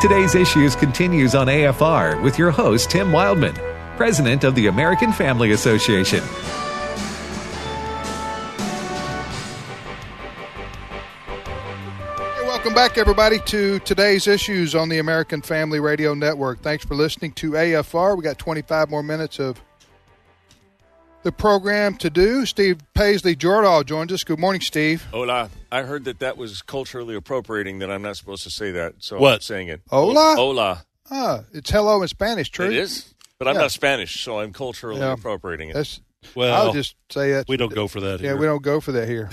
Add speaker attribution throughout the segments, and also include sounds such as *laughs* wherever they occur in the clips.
Speaker 1: Today's Issues continues on AFR with your host, Tim Wildman, President of the American Family Association.
Speaker 2: Welcome back, everybody, to today's issues on the American Family Radio Network. Thanks for listening to AFR. We got 25 more minutes of the program to do. Steve Paisley Jordahl joins us. Good morning, Steve.
Speaker 3: Hola. I heard that that was culturally appropriating that I'm not supposed to say that, so I'm
Speaker 4: What?
Speaker 3: saying it.
Speaker 2: Hola?
Speaker 3: Hola.
Speaker 2: Ah, it's hello in Spanish, true?
Speaker 3: It is. But I'm
Speaker 2: Yeah.
Speaker 3: not Spanish, so I'm culturally
Speaker 2: Yeah.
Speaker 3: appropriating it.
Speaker 2: That's,
Speaker 4: Well,
Speaker 2: I'll just say that.
Speaker 4: we don't go for that.
Speaker 2: Yeah,
Speaker 4: here.
Speaker 2: we don't go for that
Speaker 4: *laughs*
Speaker 2: here.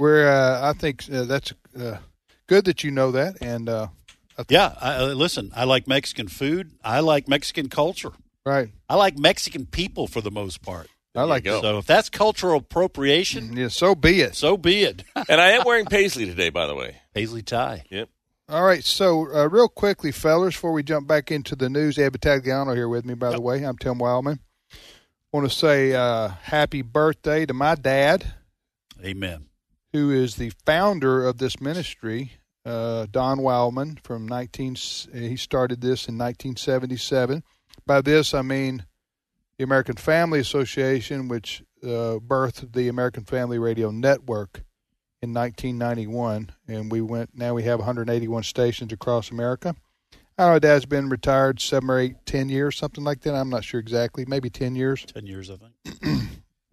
Speaker 2: We're, uh, I think uh, that's uh, good that you know that. And, uh,
Speaker 4: Yeah, I, uh, listen, I like Mexican food. I like Mexican culture.
Speaker 2: right.
Speaker 4: I like Mexican people for the most part.
Speaker 2: I like Mm-hmm.
Speaker 3: go.
Speaker 4: So if that's cultural appropriation,
Speaker 2: Yeah, so be it.
Speaker 4: so be it. *laughs*
Speaker 3: and I am wearing paisley today, by the way.
Speaker 4: Paisley tie.
Speaker 3: Yep.
Speaker 2: All right, so uh, real quickly, fellas, before we jump back into the news, Ed Battagliano here with me, by the way. I'm Tim Wildman. want to say uh, happy birthday to my dad,
Speaker 4: Amen.
Speaker 2: who is the founder of this ministry, uh, Don Wildman, from 19. He started this in 1977. By this, I mean the American Family Association, which uh, birthed the American Family Radio Network in 1991, and we went. Now we have 181 stations across America. Our dad's been retired seven or eight, ten years, something like that. I'm not sure exactly. Maybe ten years.
Speaker 4: 10 years, I think.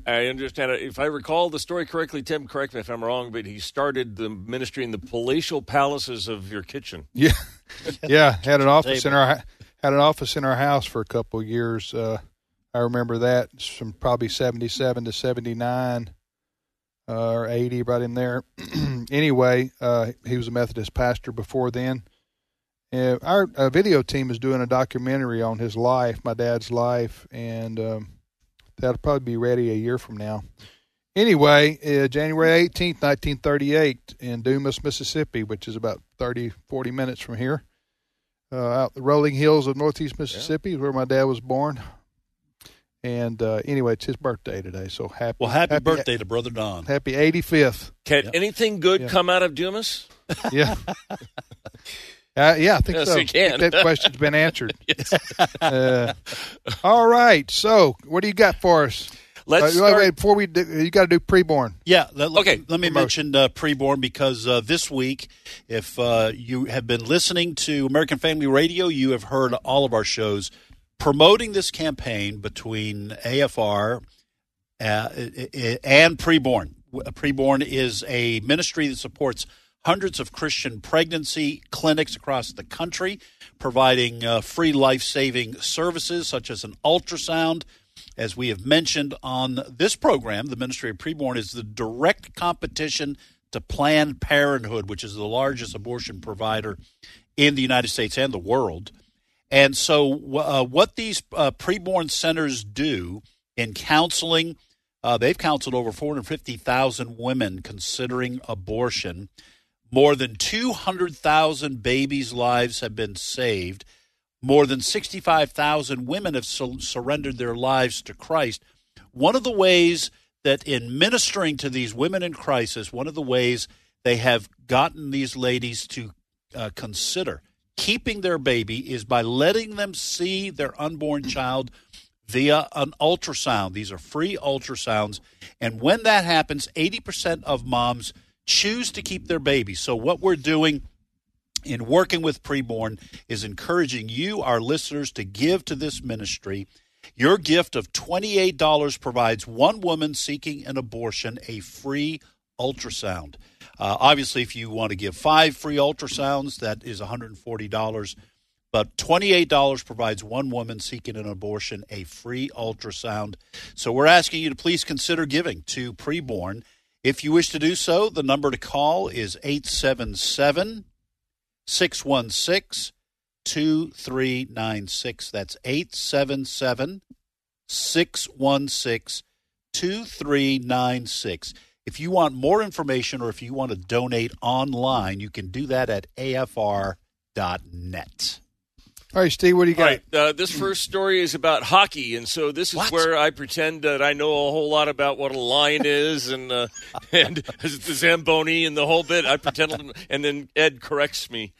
Speaker 3: I understand. it. If I recall the story correctly, Tim, correct me if I'm wrong, but he started the ministry in the palatial palaces of your kitchen.
Speaker 2: Yeah, yeah. Had an office
Speaker 4: Table.
Speaker 2: in our had an office in our house for a couple of years. Uh, I remember that It's from probably seventy seven to seventy nine uh, or eighty, right in there. *clears throat* anyway, uh, he was a Methodist pastor before then. Uh, our uh, video team is doing a documentary on his life, my dad's life, and um, that'll probably be ready a year from now. Anyway, uh, January 18th, 1938, in Dumas, Mississippi, which is about 30, 40 minutes from here, uh, out the rolling hills of northeast Mississippi, is where my dad was born. And uh, anyway, it's his birthday today, so happy.
Speaker 4: Well, happy, birthday to Brother Don.
Speaker 2: Happy 85th.
Speaker 3: Can anything good
Speaker 2: Yeah.
Speaker 3: come out of Dumas? *laughs*
Speaker 2: Yeah. Uh, yeah, I think
Speaker 3: Yes,
Speaker 2: so.
Speaker 3: you can.
Speaker 2: I think that question's been
Speaker 3: *laughs*
Speaker 2: answered. Uh, all right. So, what do you got for us?
Speaker 3: Let's
Speaker 2: Uh, wait,
Speaker 3: start-
Speaker 2: wait, before we do, you got to do preborn.
Speaker 4: Yeah. Let,
Speaker 3: Okay.
Speaker 4: Let me mention uh, preborn because uh, this week, if uh, you have been listening to American Family Radio, you have heard all of our shows promoting this campaign between AFR uh, i- i- and preborn. W- Preborn is a ministry that supports hundreds of Christian pregnancy clinics across the country, providing uh, free life saving services such as an ultrasound. As we have mentioned on this program, the Ministry of Preborn is the direct competition to Planned Parenthood, which is the largest abortion provider in the United States and the world. And so, uh, what these uh, preborn centers do in counseling, uh, they've counseled over 450,000 women considering abortion. More than 200,000 babies' lives have been saved. More than 65,000 women have sur- surrendered their lives to Christ. One of the ways that in ministering to these women in crisis, one of the ways they have gotten these ladies to uh, consider keeping their baby is by letting them see their unborn child via an ultrasound. These are free ultrasounds. And when that happens, 80% of moms choose to keep their baby. So, what we're doing in working with preborn is encouraging you, our listeners, to give to this ministry. Your gift of $28 provides one woman seeking an abortion a free ultrasound. Uh, obviously, if you want to give five free ultrasounds, that is $140. But $28 provides one woman seeking an abortion a free ultrasound. So we're asking you to please consider giving to preborn. If you wish to do so, the number to call is 877 877- 616 2396. That's 877 616 2396. If you want more information or if you want to donate online, you can do that at afr.net.
Speaker 2: All right, Steve, what do you got?
Speaker 3: All right. Uh, this first story is about hockey, and so this is
Speaker 4: What?
Speaker 3: where I pretend that I know a whole lot about what a line is and uh, *laughs* and the zamboni and the whole bit. I pretend, and then Ed corrects me.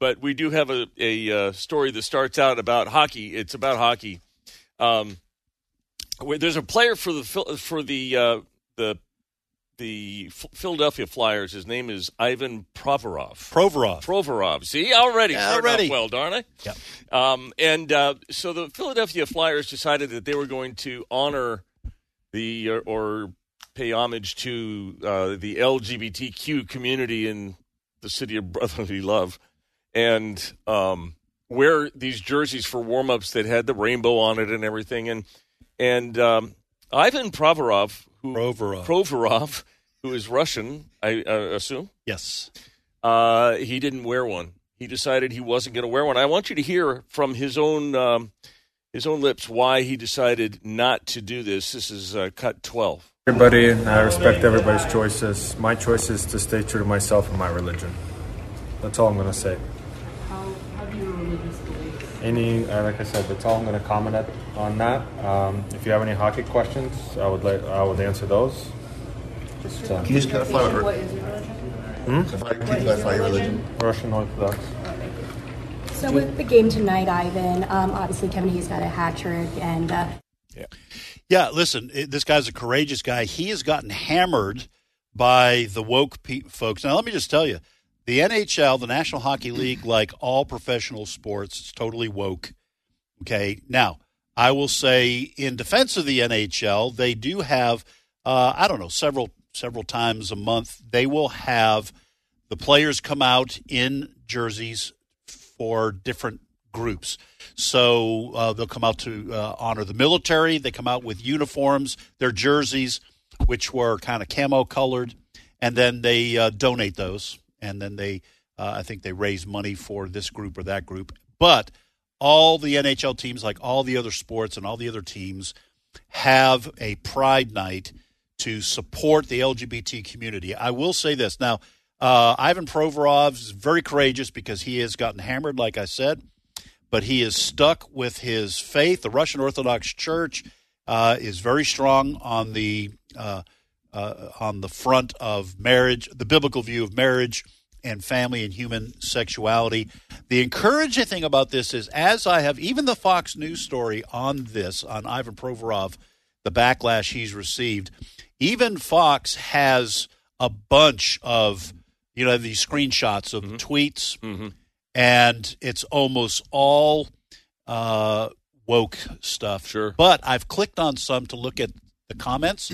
Speaker 3: But we do have a a uh, story that starts out about hockey. It's about hockey. Um, where there's a player for the Phil- for the uh, the the Ph- Philadelphia Flyers. His name is Ivan Provorov.
Speaker 4: Provorov.
Speaker 3: Provorov. See, already
Speaker 4: Yeah,
Speaker 3: starting
Speaker 4: already.
Speaker 3: off well, darn I?
Speaker 4: Yep.
Speaker 3: Um, and uh, so the Philadelphia Flyers decided that they were going to honor the or, or pay homage to uh, the LGBTQ community in the city of brotherly love, and um, wear these jerseys for warm ups that had the rainbow on it and everything. And and um, Ivan Provorov, who
Speaker 4: Provorov.
Speaker 3: Provorov, who is Russian, I uh, assume.
Speaker 4: Yes.
Speaker 3: Uh, he didn't wear one. He decided he wasn't going to wear one. I want you to hear from his own um, his own lips why he decided not to do this. This is uh, cut twelve.
Speaker 5: Everybody, and I respect everybody's choices. My choice is to stay true to myself and my religion. That's all I'm going to say.
Speaker 6: How, how do your religious beliefs?
Speaker 5: Any, uh, like I said, that's all I'm going to comment at, on that. Um, if you have any hockey questions, I would like I would answer those. Just uh,
Speaker 7: Can you just clarify what,
Speaker 6: What
Speaker 7: re-
Speaker 6: is your religion?
Speaker 7: clarify- can you clarify your religion?
Speaker 5: Russian Orthodox.
Speaker 8: So with the game tonight, Ivan, um, obviously Kevin Hayes got a hat trick, and uh,
Speaker 4: Yeah, listen, it, this guy's a courageous guy. He has gotten hammered by the woke pe- folks. Now, let me just tell you the NHL, the National Hockey League, like all professional sports, it's totally woke. Okay. Now, I will say in defense of the NHL, they do have, uh, I don't know, several several times a month, they will have the players come out in jerseys for different groups. So uh, they'll come out to uh, honor the military. They come out with uniforms, their jerseys, which were kind of camo colored, and then they uh, donate those. And then they, uh, I think they raise money for this group or that group. But all the NHL teams, like all the other sports and all the other teams, have a pride night to support the LGBT community. I will say this now. Uh, Ivan Provorov is very courageous because he has gotten hammered, like I said, but he is stuck with his faith. The Russian Orthodox Church uh, is very strong on the uh, uh, on the front of marriage, the biblical view of marriage and family and human sexuality. The encouraging thing about this is, as I have even the Fox News story on this on Ivan Provorov, the backlash he's received, even Fox has a bunch of you know these screenshots of tweets and it's almost all uh, woke stuff.
Speaker 3: Sure.
Speaker 4: But I've clicked on some to look at the
Speaker 3: *clears throat*
Speaker 4: comments.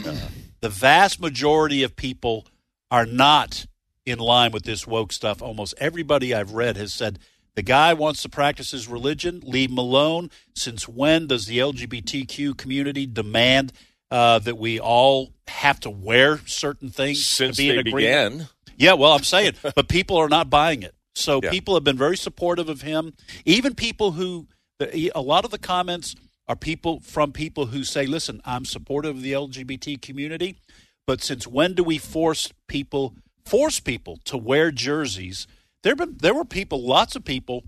Speaker 4: the vast majority of people are not in line with this woke stuff. Almost everybody I've read has said the guy wants to practice his religion, leave him alone. Since when does the LGBTQ community demand? Uh, that we all have to wear certain things
Speaker 3: Since
Speaker 4: to be in
Speaker 3: they
Speaker 4: agreement?
Speaker 3: began,
Speaker 4: Yeah, well, I'm saying, but people are not buying it. So
Speaker 3: Yeah.
Speaker 4: people have been very supportive of him. Even people who, a lot of the comments are people from people who say, "Listen, I'm supportive of the LGBT community, but since when do we force people force people to wear jerseys?" There been there were people, lots of people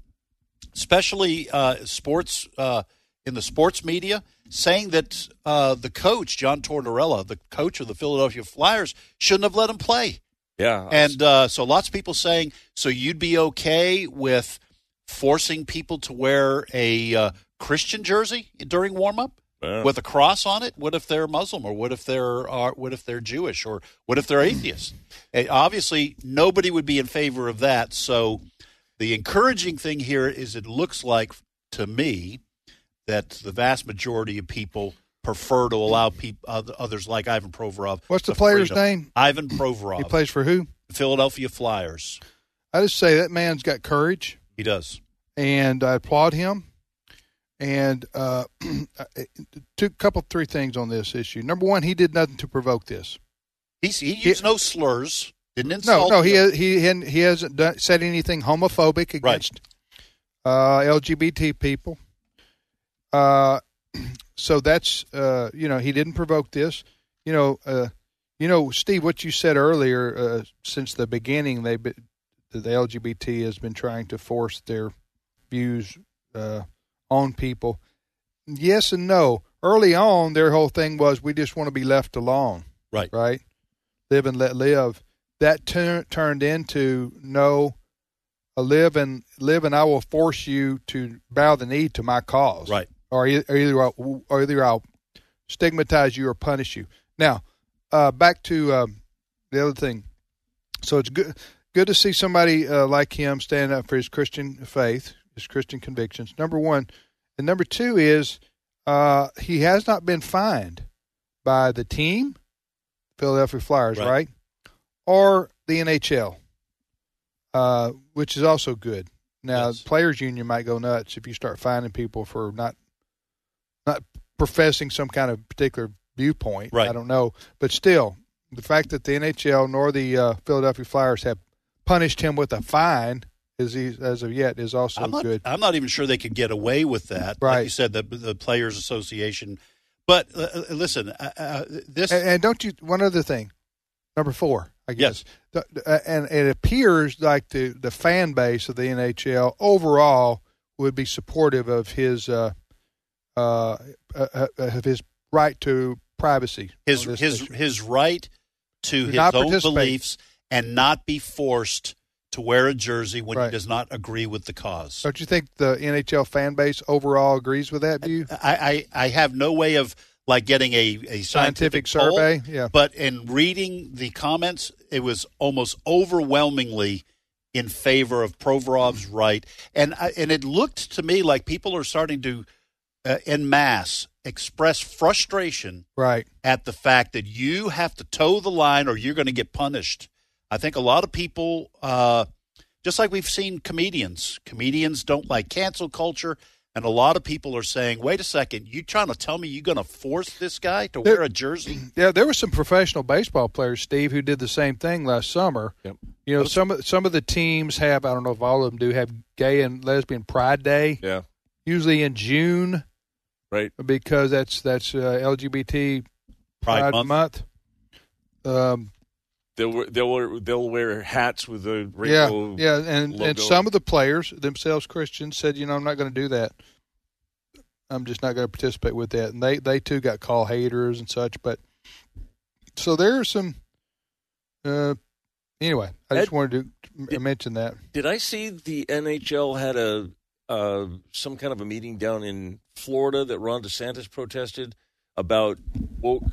Speaker 4: especially uh, sports uh, in the sports media, saying that uh, the coach John Tortorella, the coach of the Philadelphia Flyers, shouldn't have let him play.
Speaker 3: yeah,
Speaker 4: And uh, so lots of people saying, so you'd be okay with forcing people to wear a uh, Christian jersey during warm up
Speaker 3: Yeah.
Speaker 4: with a cross on it? What if they're Muslim or what if they're uh, what if they're Jewish or what if they're atheist? Eh, obviously, nobody would be in favor of that. So the encouraging thing here is it looks like to me that the vast majority of people prefer to allow peop oth- others like Ivan Provorov.
Speaker 2: What's the player's
Speaker 4: freedom.
Speaker 2: name?
Speaker 4: Ivan Provorov.
Speaker 2: He plays for who?
Speaker 4: Philadelphia Flyers.
Speaker 2: I just say that man's got courage,
Speaker 4: He does.
Speaker 2: and I applaud him. And uh, *clears throat* two, couple, three things on this issue. Number one, he did nothing to provoke this.
Speaker 4: He's, he used no slurs. Didn't
Speaker 2: No,
Speaker 4: insult.
Speaker 2: no, he
Speaker 4: them.
Speaker 2: he hadn't- he hasn't done, said anything homophobic
Speaker 4: Right.
Speaker 2: against uh, LGBT people. Uh, *clears throat* so that's uh, you know he didn't provoke this. You know, uh, you know, Steve, what you said earlier. Uh, since the beginning, they the LGBT has been trying to force their views uh, on people. Yes and no. Early on, their whole thing was we just want to be left alone,
Speaker 4: Right.
Speaker 2: right? Live and let live. That tur- turned into no. uh, Live and live, and I will force you to bow the knee to my cause.
Speaker 4: Right.
Speaker 2: Or, e- or either I'll, or either I'll stigmatize you or punish you. Now, uh, back to um, the other thing. So it's good good to see somebody uh, like him stand up for his Christian faith, his Christian convictions. Number one, and number two is uh, he has not been fined by the team, Philadelphia Flyers, right,
Speaker 4: Right.
Speaker 2: or the NHL, uh, which is also good. Now,
Speaker 4: Yes.
Speaker 2: players' union might go nuts if you start finding people for not not professing some kind of particular viewpoint.
Speaker 4: Right.
Speaker 2: I don't know, but still, the fact that the NHL nor the uh, Philadelphia Flyers have punished him with a fine is he, as of yet is also
Speaker 4: I'm not,
Speaker 2: good.
Speaker 4: I'm not even sure they could get away with that.
Speaker 2: Right.
Speaker 4: Like you said, the, the Players Association. But uh, uh, listen, uh, uh, this.
Speaker 2: And, and don't you? One other thing, number four, I guess. The- the- uh, and it appears like the the fan base of the NHL overall would be supportive of his uh, uh, uh, uh, of his right to privacy.
Speaker 4: his
Speaker 2: on this
Speaker 4: his
Speaker 2: issue.
Speaker 4: his right to his
Speaker 2: not
Speaker 4: own
Speaker 2: participate.
Speaker 4: beliefs and not be forced to wear a jersey when
Speaker 2: Right.
Speaker 4: he does not agree with the cause.
Speaker 2: Don't you think the NHL fan base overall agrees with that
Speaker 4: Uh,
Speaker 2: view?
Speaker 4: I, I I have no way of like getting a a
Speaker 2: Scientific
Speaker 4: scientific, poll,
Speaker 2: survey? Yeah.
Speaker 4: but in reading the comments, it was almost overwhelmingly in favor of Provorov's right, and I, and it looked to me like people are starting to, uh, en masse, express frustration
Speaker 2: Right.
Speaker 4: at the fact that you have to toe the line or you're going to get punished. I think a lot of people, uh, just like we've seen comedians, comedians don't like cancel culture. And a lot of people are saying, wait a second, you trying to tell me you're going to force this guy to wear a *clears throat* jersey?
Speaker 2: Yeah, there were some professional baseball players, Steve, who did the same thing last summer.
Speaker 3: Yep.
Speaker 2: You know, some of some of the teams have I don't know if all of them do have gay and lesbian pride day,
Speaker 3: Yeah.
Speaker 2: usually in June
Speaker 3: Right.
Speaker 2: because that's that's uh, LGBT
Speaker 4: Pride
Speaker 2: Pride,
Speaker 4: Month.
Speaker 2: Um,
Speaker 3: They'll wear- they'll wear, they'll wear hats with the
Speaker 2: yeah,
Speaker 3: rainbow.
Speaker 2: yeah, and and
Speaker 3: logo.
Speaker 2: some of the players themselves Christians said, you know, I'm not going to do that. I'm just not going to participate with that, and they they too got called haters and such. But so there are some. Uh, anyway, I just
Speaker 3: Ed-
Speaker 2: wanted to m- mention that.
Speaker 3: Did I see the NHL had a uh, some kind of a meeting down in Florida that Ron DeSantis protested about woke,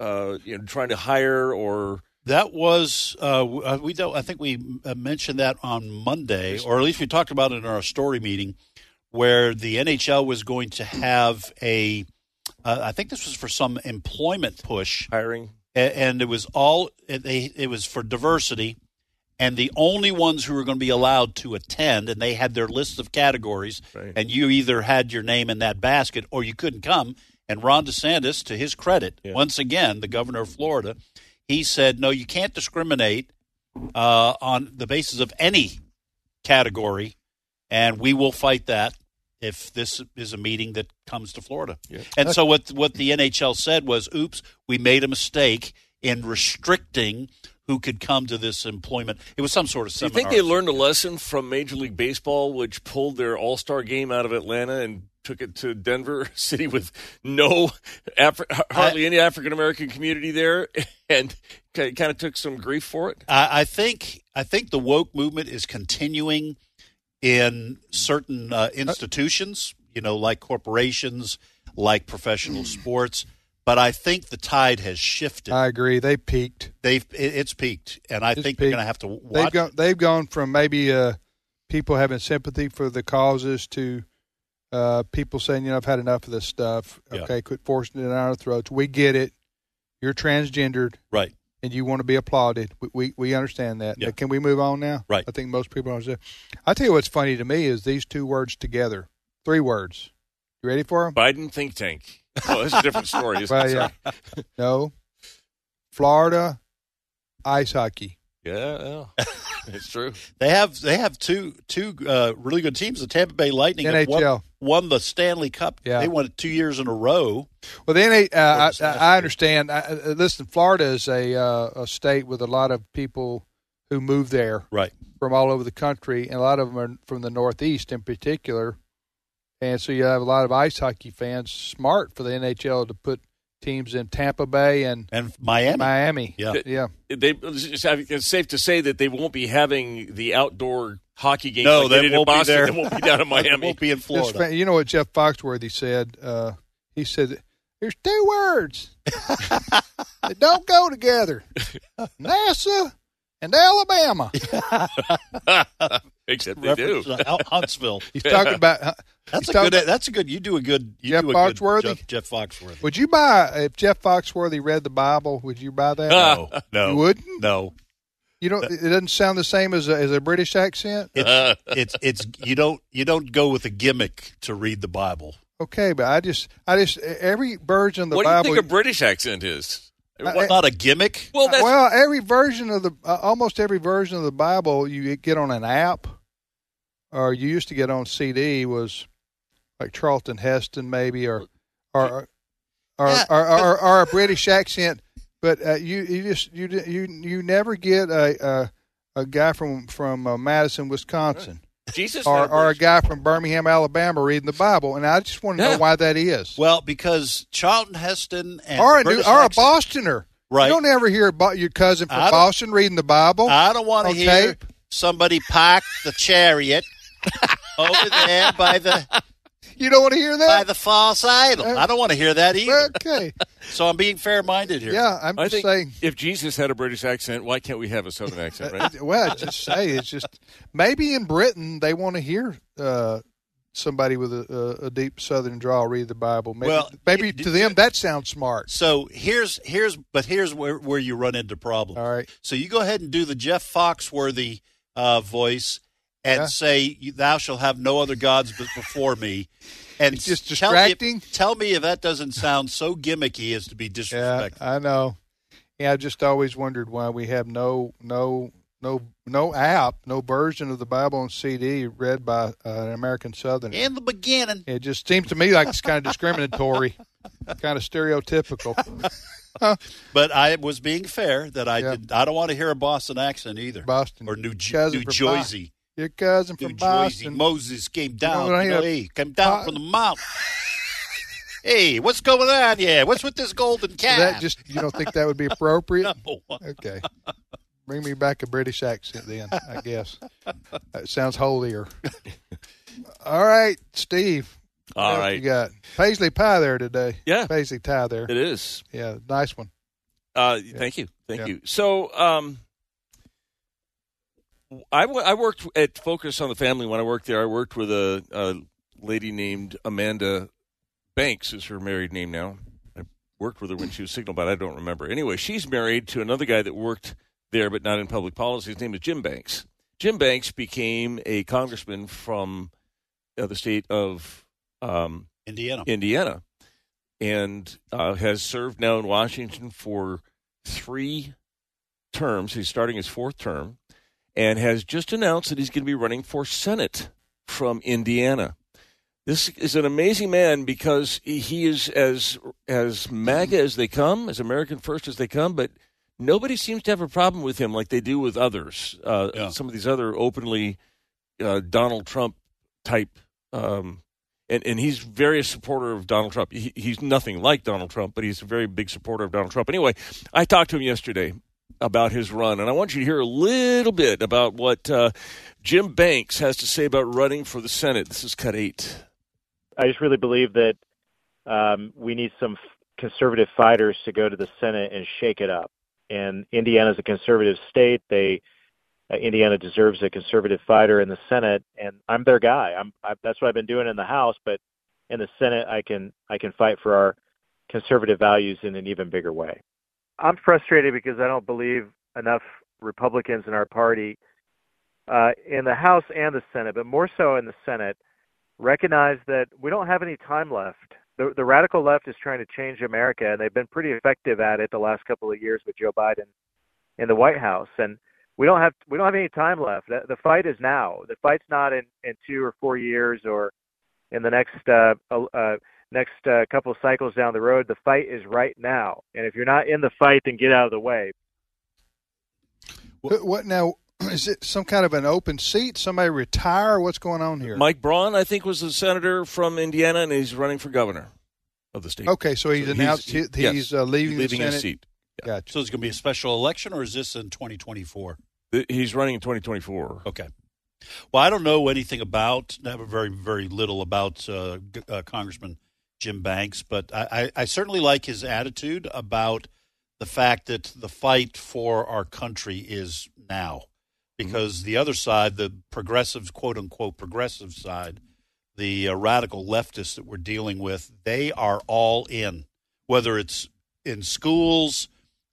Speaker 3: uh, you know, trying to hire or
Speaker 4: That was uh, w- uh, we don't. I think we uh, mentioned that on Monday, or at least we talked about it in our story meeting, where the NHL was going to have a. Uh, I think this was for some employment push,
Speaker 3: hiring.
Speaker 4: A- and it was all it, they, it was for diversity and the only ones who were going to be allowed to attend and they had their list of categories
Speaker 3: Right.
Speaker 4: and you either had your name in that basket or you couldn't come and ron desantis to his credit
Speaker 3: Yeah.
Speaker 4: once again the governor of florida he said no you can't discriminate uh, on the basis of any category and we will fight that if this is a meeting that comes to Florida.
Speaker 3: Yeah.
Speaker 4: And so what what the NHL said was, "Oops, we made a mistake in restricting who could come to this employment." It was some sort of
Speaker 3: Do you think
Speaker 4: seminar.
Speaker 3: they learned a lesson from Major League Baseball, which pulled their All Star game out of Atlanta and took it to Denver *laughs* City with no Afri- hardly any African American community there, *laughs* and kind of took some grief for it?
Speaker 4: I, I think I think the woke movement is continuing in certain uh, institutions, you know, like corporations, like
Speaker 3: *clears throat*
Speaker 4: professional sports. But I think the tide has shifted.
Speaker 2: I agree. They peaked.
Speaker 4: They've it, it's peaked, and I
Speaker 2: It's
Speaker 4: think they're
Speaker 2: peaked.
Speaker 4: going to have to watch.
Speaker 2: They've gone. They've gone from maybe uh, people having sympathy for the causes to uh, people saying, you know, I've had enough of this stuff.
Speaker 4: Yeah.
Speaker 2: Okay, quit forcing it down our throats. We get it. You're transgendered
Speaker 4: right.
Speaker 2: and you want to be applauded. We we, we understand that.
Speaker 4: Yeah.
Speaker 2: Now, can we move on now?
Speaker 4: Right.
Speaker 2: I think most people understand. I tell you what's funny to me is these two words together. Three words. You ready for
Speaker 4: *laughs*
Speaker 2: them?
Speaker 3: Biden think tank. Oh, that's a different story. *laughs* Isn't
Speaker 2: Well,
Speaker 3: it?
Speaker 2: yeah. no. Florida ice hockey.
Speaker 3: Yeah, *laughs* yeah. it's true.
Speaker 4: They have they have two two uh, really good teams. The Tampa Bay Lightning have
Speaker 2: NHL.
Speaker 4: won, won the Stanley Cup.
Speaker 2: Yeah.
Speaker 4: They won it two years in a row.
Speaker 2: Well, then uh, I,
Speaker 4: Florida's
Speaker 2: I,
Speaker 4: nice.
Speaker 2: I understand. I, I- listen, Florida is a uh, a state with a lot of people who move there
Speaker 4: Right.
Speaker 2: from all over the country, and a lot of them are from the Northeast in particular. And so you have a lot of ice hockey fans. Smart for the NHL to put teams in Tampa Bay and
Speaker 4: and Miami.
Speaker 2: Miami.
Speaker 4: Yeah.
Speaker 2: Yeah.
Speaker 3: They, it's safe to say that they won't be having the outdoor hockey game.
Speaker 4: No,
Speaker 3: like
Speaker 4: they
Speaker 3: did in
Speaker 4: won't be
Speaker 3: Boston.
Speaker 4: there.
Speaker 3: *laughs* They won't be down in
Speaker 4: *laughs* It
Speaker 3: Miami.
Speaker 4: won't be in
Speaker 2: It's
Speaker 4: Florida.
Speaker 2: fa- you know what Jeff Foxworthy said? Uh, he said, "There's two words that don't go together: *laughs* NASA and Alabama."
Speaker 3: Except they do.
Speaker 4: Reference *laughs* to out Huntsville.
Speaker 2: He's talking about.
Speaker 4: That's
Speaker 2: he's
Speaker 4: a
Speaker 2: talking
Speaker 4: good. That's a good. You do a good. You
Speaker 2: Jeff
Speaker 4: do a
Speaker 2: Foxworthy?
Speaker 4: Good Jeff, Jeff Foxworthy.
Speaker 2: Would you buy if Jeff Foxworthy read the Bible? Would you buy that? *laughs*
Speaker 4: no, no,
Speaker 2: You wouldn't?
Speaker 4: No,
Speaker 2: You don't. It doesn't sound the same as a, as a British accent.
Speaker 4: *laughs* it's, it's it's you don't you don't go with a gimmick to read the Bible.
Speaker 2: Okay, but I just I just every version of the
Speaker 3: what do
Speaker 2: Bible.
Speaker 3: you think a British accent is?
Speaker 2: Uh,
Speaker 4: What, not a gimmick?
Speaker 3: Uh, Well, that's
Speaker 2: well, every version of the uh, almost every version of the Bible you get on an app, or you used to get on CD was like Charlton Heston maybe, or or or
Speaker 4: Yeah,
Speaker 2: or, or, or, or a British accent. But uh, you you just you di- you you never get a a, a guy from from uh, Madison, Wisconsin,
Speaker 3: Jesus.
Speaker 2: or
Speaker 3: had
Speaker 2: or a
Speaker 3: British-
Speaker 2: guy from Birmingham, Alabama, reading the Bible, and I just want to
Speaker 3: Yeah.
Speaker 2: know why that is.
Speaker 4: Well, because Charlton Heston and
Speaker 2: or a,
Speaker 4: the
Speaker 2: new,
Speaker 4: British
Speaker 2: or a
Speaker 4: accent-
Speaker 2: Bostoner.
Speaker 4: Right.
Speaker 2: You don't ever hear about your cousin
Speaker 4: I
Speaker 2: from
Speaker 4: don't-
Speaker 2: Boston reading the Bible.
Speaker 4: I don't want to
Speaker 2: Oh, Okay.
Speaker 4: hear somebody park
Speaker 2: *laughs*
Speaker 4: the chariot over there by the
Speaker 2: You don't want to hear
Speaker 4: by
Speaker 2: that?
Speaker 4: the false idol.
Speaker 2: Uh,
Speaker 4: I don't want to hear that either.
Speaker 2: okay.
Speaker 4: So I'm being fair minded *laughs* here.
Speaker 2: uh, Yeah, I'm
Speaker 3: I
Speaker 2: just
Speaker 3: think
Speaker 2: saying.
Speaker 3: if Jesus had a British accent, why can't we have a Southern accent?
Speaker 2: *laughs*
Speaker 3: Right?
Speaker 2: Well, I just say it's just maybe in Britain they want to hear uh, somebody with a, a, a deep Southern drawl read the Bible. Maybe,
Speaker 4: Well,
Speaker 2: maybe
Speaker 4: it-
Speaker 2: to them that sounds smart.
Speaker 4: So here's here's but here's where where you run into problems.
Speaker 2: All right.
Speaker 4: So you go ahead and do the Jeff Foxworthy uh, voice and
Speaker 2: Yeah.
Speaker 4: say, "Thou shall have no other gods but before me." And
Speaker 2: It's just
Speaker 4: tell me-
Speaker 2: distracting.
Speaker 4: Tell me if that doesn't sound so gimmicky as to be
Speaker 2: Yeah,
Speaker 4: disrespectful.
Speaker 2: I know. Yeah, I just always wondered why we have no no no no app, no version of the Bible on CD read by uh, an American Southern.
Speaker 4: In the beginning,
Speaker 2: It just seems to me like it's kind of discriminatory, kind of stereotypical.
Speaker 4: *laughs* but I was being fair that I
Speaker 2: Yeah.
Speaker 4: did. I don't want to hear a Boston accent either.
Speaker 2: Boston.
Speaker 4: or New J-
Speaker 2: Cousin
Speaker 4: New
Speaker 2: from
Speaker 4: Jersey.
Speaker 2: Your cousin
Speaker 4: New
Speaker 2: from Boston.
Speaker 4: Jersey. Moses came down.
Speaker 2: what I
Speaker 4: you know,
Speaker 2: hear?
Speaker 4: hey, came down from the mountain. *laughs* hey, what's going on here? What's with this golden
Speaker 2: So
Speaker 4: calf? Oh,
Speaker 2: That just you don't think that would be appropriate?
Speaker 4: *laughs* No.
Speaker 2: Okay. Bring me back a British accent then, I guess. That sounds
Speaker 4: *laughs*
Speaker 2: holier. All right, Steve. what
Speaker 3: All
Speaker 2: else
Speaker 3: right.
Speaker 2: You got Paisley Pie there today.
Speaker 3: Yeah.
Speaker 2: Paisley tie there.
Speaker 3: It is.
Speaker 2: Yeah, nice one.
Speaker 3: Uh, Thank you, thank
Speaker 2: Yeah.
Speaker 3: you. So, um, I wo- I worked at Focus on the Family when I worked there. I worked with a, a lady named Amanda Banks, is her married name now. I worked with her when she was signal, but I don't remember. Anyway, she's married to another guy that worked there, but not in public policy. His name is Jim Banks. Jim Banks became a congressman from uh, the state of um,
Speaker 4: Indiana.
Speaker 3: Indiana, and uh, has served now in Washington for three terms. He's starting his fourth term, and has just announced that he's going to be running for Senate from Indiana. This is an amazing man because he is as as MAGA as they come, as American first as they come, but nobody seems to have a problem with him like they do with others. Uh,
Speaker 4: Yeah.
Speaker 3: Some of these other openly uh, Donald Trump type um, and, and he's very supporter of Donald Trump. He, he's nothing like Donald Trump, but he's a very big supporter of Donald Trump. Anyway, I talked to him yesterday about his run, and I want you to hear a little bit about what uh, Jim Banks has to say about running for the Senate. This is cut eight.
Speaker 9: I just really believe that um, we need some f- conservative fighters to go to the Senate and shake it up. And Indiana's a conservative state. They uh, Indiana deserves a conservative fighter in the Senate, and I'm their guy. I'm I, that's what I've been doing in the House, but in the Senate, I can I can fight for our conservative values in an even bigger way. I'm frustrated because I don't believe enough Republicans in our party uh, in the House and the Senate, but more so in the Senate recognize that we don't have any time left. The, the radical left is trying to change America, and they've been pretty effective at it the last couple of years with Joe Biden in the White House. And we don't have we don't have any time left. The, the fight is now. The fight's not in, in two or four years or in the next uh, el- uh, next uh, couple of cycles down the road. The fight is right now. And if you're not in the fight, then get out of the way.
Speaker 2: Who- What now? *clears throat* is it some kind of an open seat? Somebody retire? What's going on here?
Speaker 3: Mike Braun, I think, was a senator from Indiana, and he's running for governor of the state.
Speaker 2: okay, so he's
Speaker 3: So he's-
Speaker 2: announced he- he's,
Speaker 3: yes,
Speaker 2: uh, leaving,
Speaker 3: leaving
Speaker 2: the
Speaker 3: his
Speaker 2: Senate.
Speaker 3: seat.
Speaker 2: Gotcha.
Speaker 4: So it's going to be a special election, or is this in 2024?
Speaker 3: Th- He's running in 2024.
Speaker 4: Okay. Well, I don't know anything about, I have very, very little about uh, G- uh, Congressman Jim Banks, but I, I, I certainly like his attitude about the fact that the fight for our country is now. Because the other side, the progressives, quote unquote progressive side, the uh, radical leftists that we're dealing with, they are all in, whether it's in schools,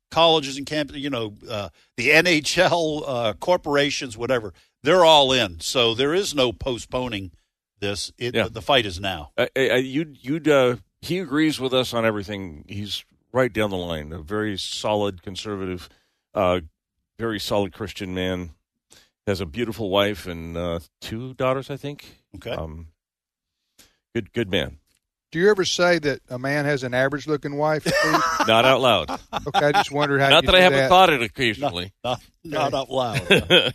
Speaker 4: colleges and camp, you know, uh, the NHL, uh, corporations, whatever. They're all in. So there is no postponing this. It,
Speaker 3: Yeah.
Speaker 4: The fight is now.
Speaker 3: I, I, I- you'd, you'd, uh, he agrees with us on everything. He's right down the line. A very solid conservative, uh, very solid Christian man. Has a beautiful wife and uh, two daughters, I think.
Speaker 4: Okay.
Speaker 3: Um, good, good man.
Speaker 2: Do you ever say that a man has an average-looking wife?
Speaker 3: *laughs*
Speaker 2: Steve?
Speaker 3: Not out loud.
Speaker 2: okay, I just wondered how.
Speaker 3: Not
Speaker 2: you
Speaker 3: that
Speaker 2: do
Speaker 3: I haven't
Speaker 2: that.
Speaker 3: thought it occasionally.
Speaker 4: Not, not out loud.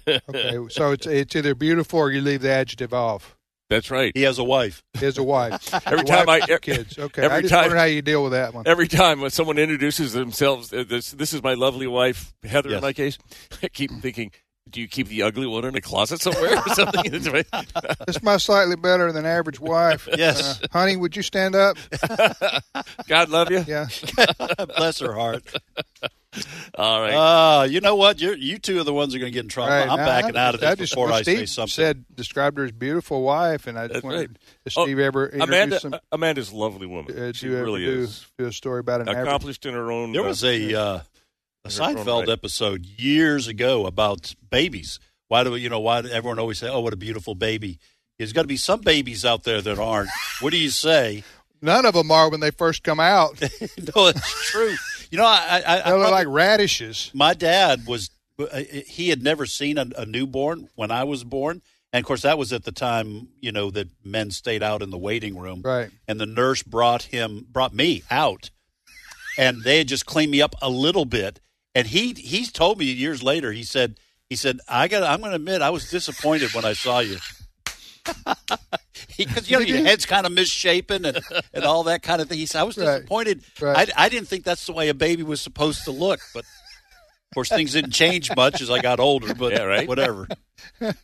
Speaker 2: *laughs*
Speaker 3: *laughs*
Speaker 2: Okay, so it's it's either beautiful or you leave the adjective off.
Speaker 3: That's right.
Speaker 4: he has a wife.
Speaker 2: Is a wife.
Speaker 3: *laughs* Every
Speaker 2: A
Speaker 3: time
Speaker 2: wife
Speaker 3: I- e-,
Speaker 2: and two kids. Okay,
Speaker 3: every
Speaker 2: I just
Speaker 3: time-
Speaker 2: wondered how you deal with that one.
Speaker 3: Every time when someone introduces themselves, uh, this, this is my lovely wife, Heather, in
Speaker 4: Yes.
Speaker 3: my case, *laughs* I keep thinking, do you keep the ugly one in a closet somewhere or something? That's right.
Speaker 2: That's my slightly better than average wife.
Speaker 4: *laughs*
Speaker 2: *laughs*
Speaker 4: Yes.
Speaker 2: Uh, honey, would you stand up?
Speaker 3: God love you.
Speaker 2: Yeah.
Speaker 4: Bless her *laughs* heart.
Speaker 3: *laughs* All right.
Speaker 4: Uh, you know what? You're, you two are the ones who are going to get in trouble.
Speaker 2: Right,
Speaker 4: *laughs* I'm
Speaker 2: now,
Speaker 4: backing out of this
Speaker 2: I just,
Speaker 4: before
Speaker 2: well,
Speaker 4: I
Speaker 2: Steve
Speaker 4: say something.
Speaker 2: said described her as beautiful wife, and I just
Speaker 3: That's
Speaker 2: wondered
Speaker 3: right.
Speaker 2: if
Speaker 3: Oh,
Speaker 2: Steve ever introduced
Speaker 3: Amanda,
Speaker 2: some.
Speaker 3: uh, Amanda's a lovely woman.
Speaker 2: uh,
Speaker 3: she
Speaker 2: do you ever
Speaker 3: really
Speaker 2: do,
Speaker 3: is.
Speaker 2: do a story about an average?
Speaker 3: Accomplished in her own.
Speaker 4: There
Speaker 3: uh,
Speaker 4: was a uh, a
Speaker 3: Is it wrong,
Speaker 4: Seinfeld
Speaker 3: right?
Speaker 4: episode years ago about babies. Why do we, you know? Why do everyone always say, "Oh, what a beautiful baby"? There's got to be some babies out there that aren't. what do you say?
Speaker 2: None of them are when they first come
Speaker 3: *laughs*
Speaker 2: out. They
Speaker 4: *laughs* no, it's true. You know, I, I, I
Speaker 2: look
Speaker 4: probably-
Speaker 2: like radishes.
Speaker 4: my dad was uh, he had never seen a, a newborn when I was born, and of course that was at the time you know that men stayed out in the waiting room,
Speaker 2: Right.
Speaker 4: And the nurse brought him brought me out, and they had just cleaned me up a little bit. And he he told me years later he said he said I got I'm going to admit I was disappointed when I saw you. *laughs* Because you know your head's kind of misshapen and, and all that kind of thing. He said I was
Speaker 2: Right.
Speaker 4: disappointed.
Speaker 2: Right.
Speaker 4: I, I didn't think that's the way a baby was supposed to look, but of course, things didn't change much as I got older, but
Speaker 3: Yeah, right.
Speaker 4: whatever.
Speaker 2: All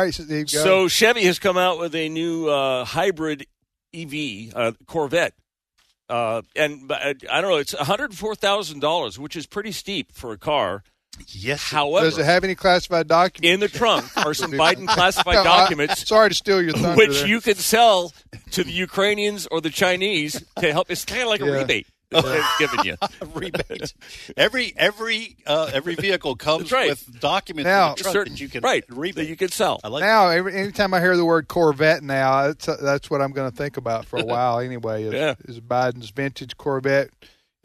Speaker 2: right, so Steve, go.
Speaker 3: So Chevy has come out with a new uh, hybrid EV uh, Corvette, uh, and but, uh, I don't know. It's one hundred four thousand dollars, which is pretty steep for a car.
Speaker 4: Yes. *laughs*
Speaker 3: However,
Speaker 2: does it have any classified documents?
Speaker 3: in the trunk are
Speaker 2: *laughs*
Speaker 3: some
Speaker 2: Would be-
Speaker 3: Biden classified
Speaker 2: No, I- *laughs*
Speaker 3: documents,
Speaker 2: sorry to steal
Speaker 3: *laughs*
Speaker 2: your thunder.
Speaker 3: which
Speaker 2: there.
Speaker 3: you can sell to the Ukrainians or the Chinese to help. It's kind of like a
Speaker 2: Yeah.
Speaker 3: rebate that
Speaker 2: *laughs*
Speaker 3: they've given you.
Speaker 4: rebate. Every every uh, every vehicle comes
Speaker 3: That's right.
Speaker 4: with documents
Speaker 2: Now-
Speaker 4: in the trunk
Speaker 3: Certain-
Speaker 4: that you can
Speaker 3: right that
Speaker 4: rebate.
Speaker 3: you can sell.
Speaker 4: I like
Speaker 2: now, every, anytime I hear the word Corvette, now that's, that's what I'm going to think about
Speaker 3: *laughs*
Speaker 2: for a while. Anyway, is,
Speaker 3: Yeah.
Speaker 2: is Biden's vintage Corvette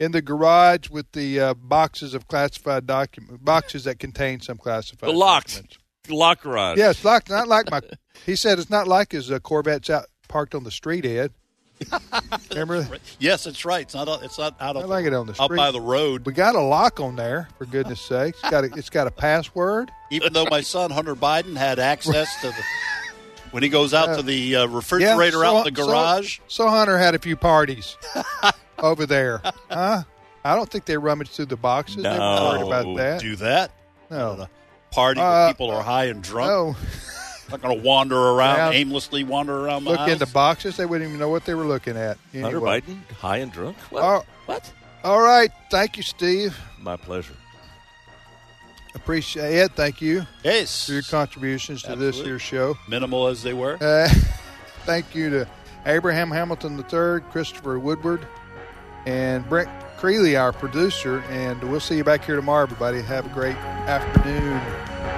Speaker 2: in the garage with the uh, boxes of classified document boxes that contain some classified
Speaker 3: The locked
Speaker 2: documents.
Speaker 3: lock garage.
Speaker 2: Yeah, it's locked. Not like my. He said it's not like his uh, Corvette's out parked on the street.
Speaker 3: *laughs*
Speaker 2: Ed, remember?
Speaker 4: Yes, that's right. It's not. It's not out
Speaker 2: I
Speaker 4: of
Speaker 2: like it on the
Speaker 4: out
Speaker 2: street.
Speaker 4: by the road.
Speaker 2: We got a lock on there, for goodness sake. It's got a, it's got a password.
Speaker 4: Even though my son Hunter Biden had access to the when he goes out to the uh, refrigerator out in the garage.
Speaker 2: So, Hunter had a few parties
Speaker 4: *laughs*
Speaker 2: over there. Huh? I don't think they rummaged through the boxes. They weren't worried
Speaker 3: Oh,
Speaker 2: about that.
Speaker 4: do that.
Speaker 2: no.
Speaker 4: Party
Speaker 2: Uh,
Speaker 4: where people are high and drunk.
Speaker 2: No.
Speaker 4: Not going to wander around
Speaker 2: Yeah.
Speaker 4: aimlessly, wander around. The
Speaker 2: Look
Speaker 4: house.
Speaker 2: into boxes. They wouldn't even know what they were looking at.
Speaker 3: Hunter
Speaker 2: Anyway.
Speaker 3: Biden, high and drunk. What?
Speaker 2: Oh.
Speaker 3: what?
Speaker 2: All right. Thank you, Steve.
Speaker 3: My pleasure.
Speaker 2: Appreciate it. Thank you
Speaker 4: Yes.
Speaker 2: for your contributions to this
Speaker 4: Absolutely.
Speaker 2: year's show.
Speaker 4: Minimal as they were.
Speaker 2: Uh, thank you to Abraham Hamilton III, Christopher Woodward, and Brent Creeley, our producer. And we'll see you back here tomorrow, everybody. Have a great afternoon.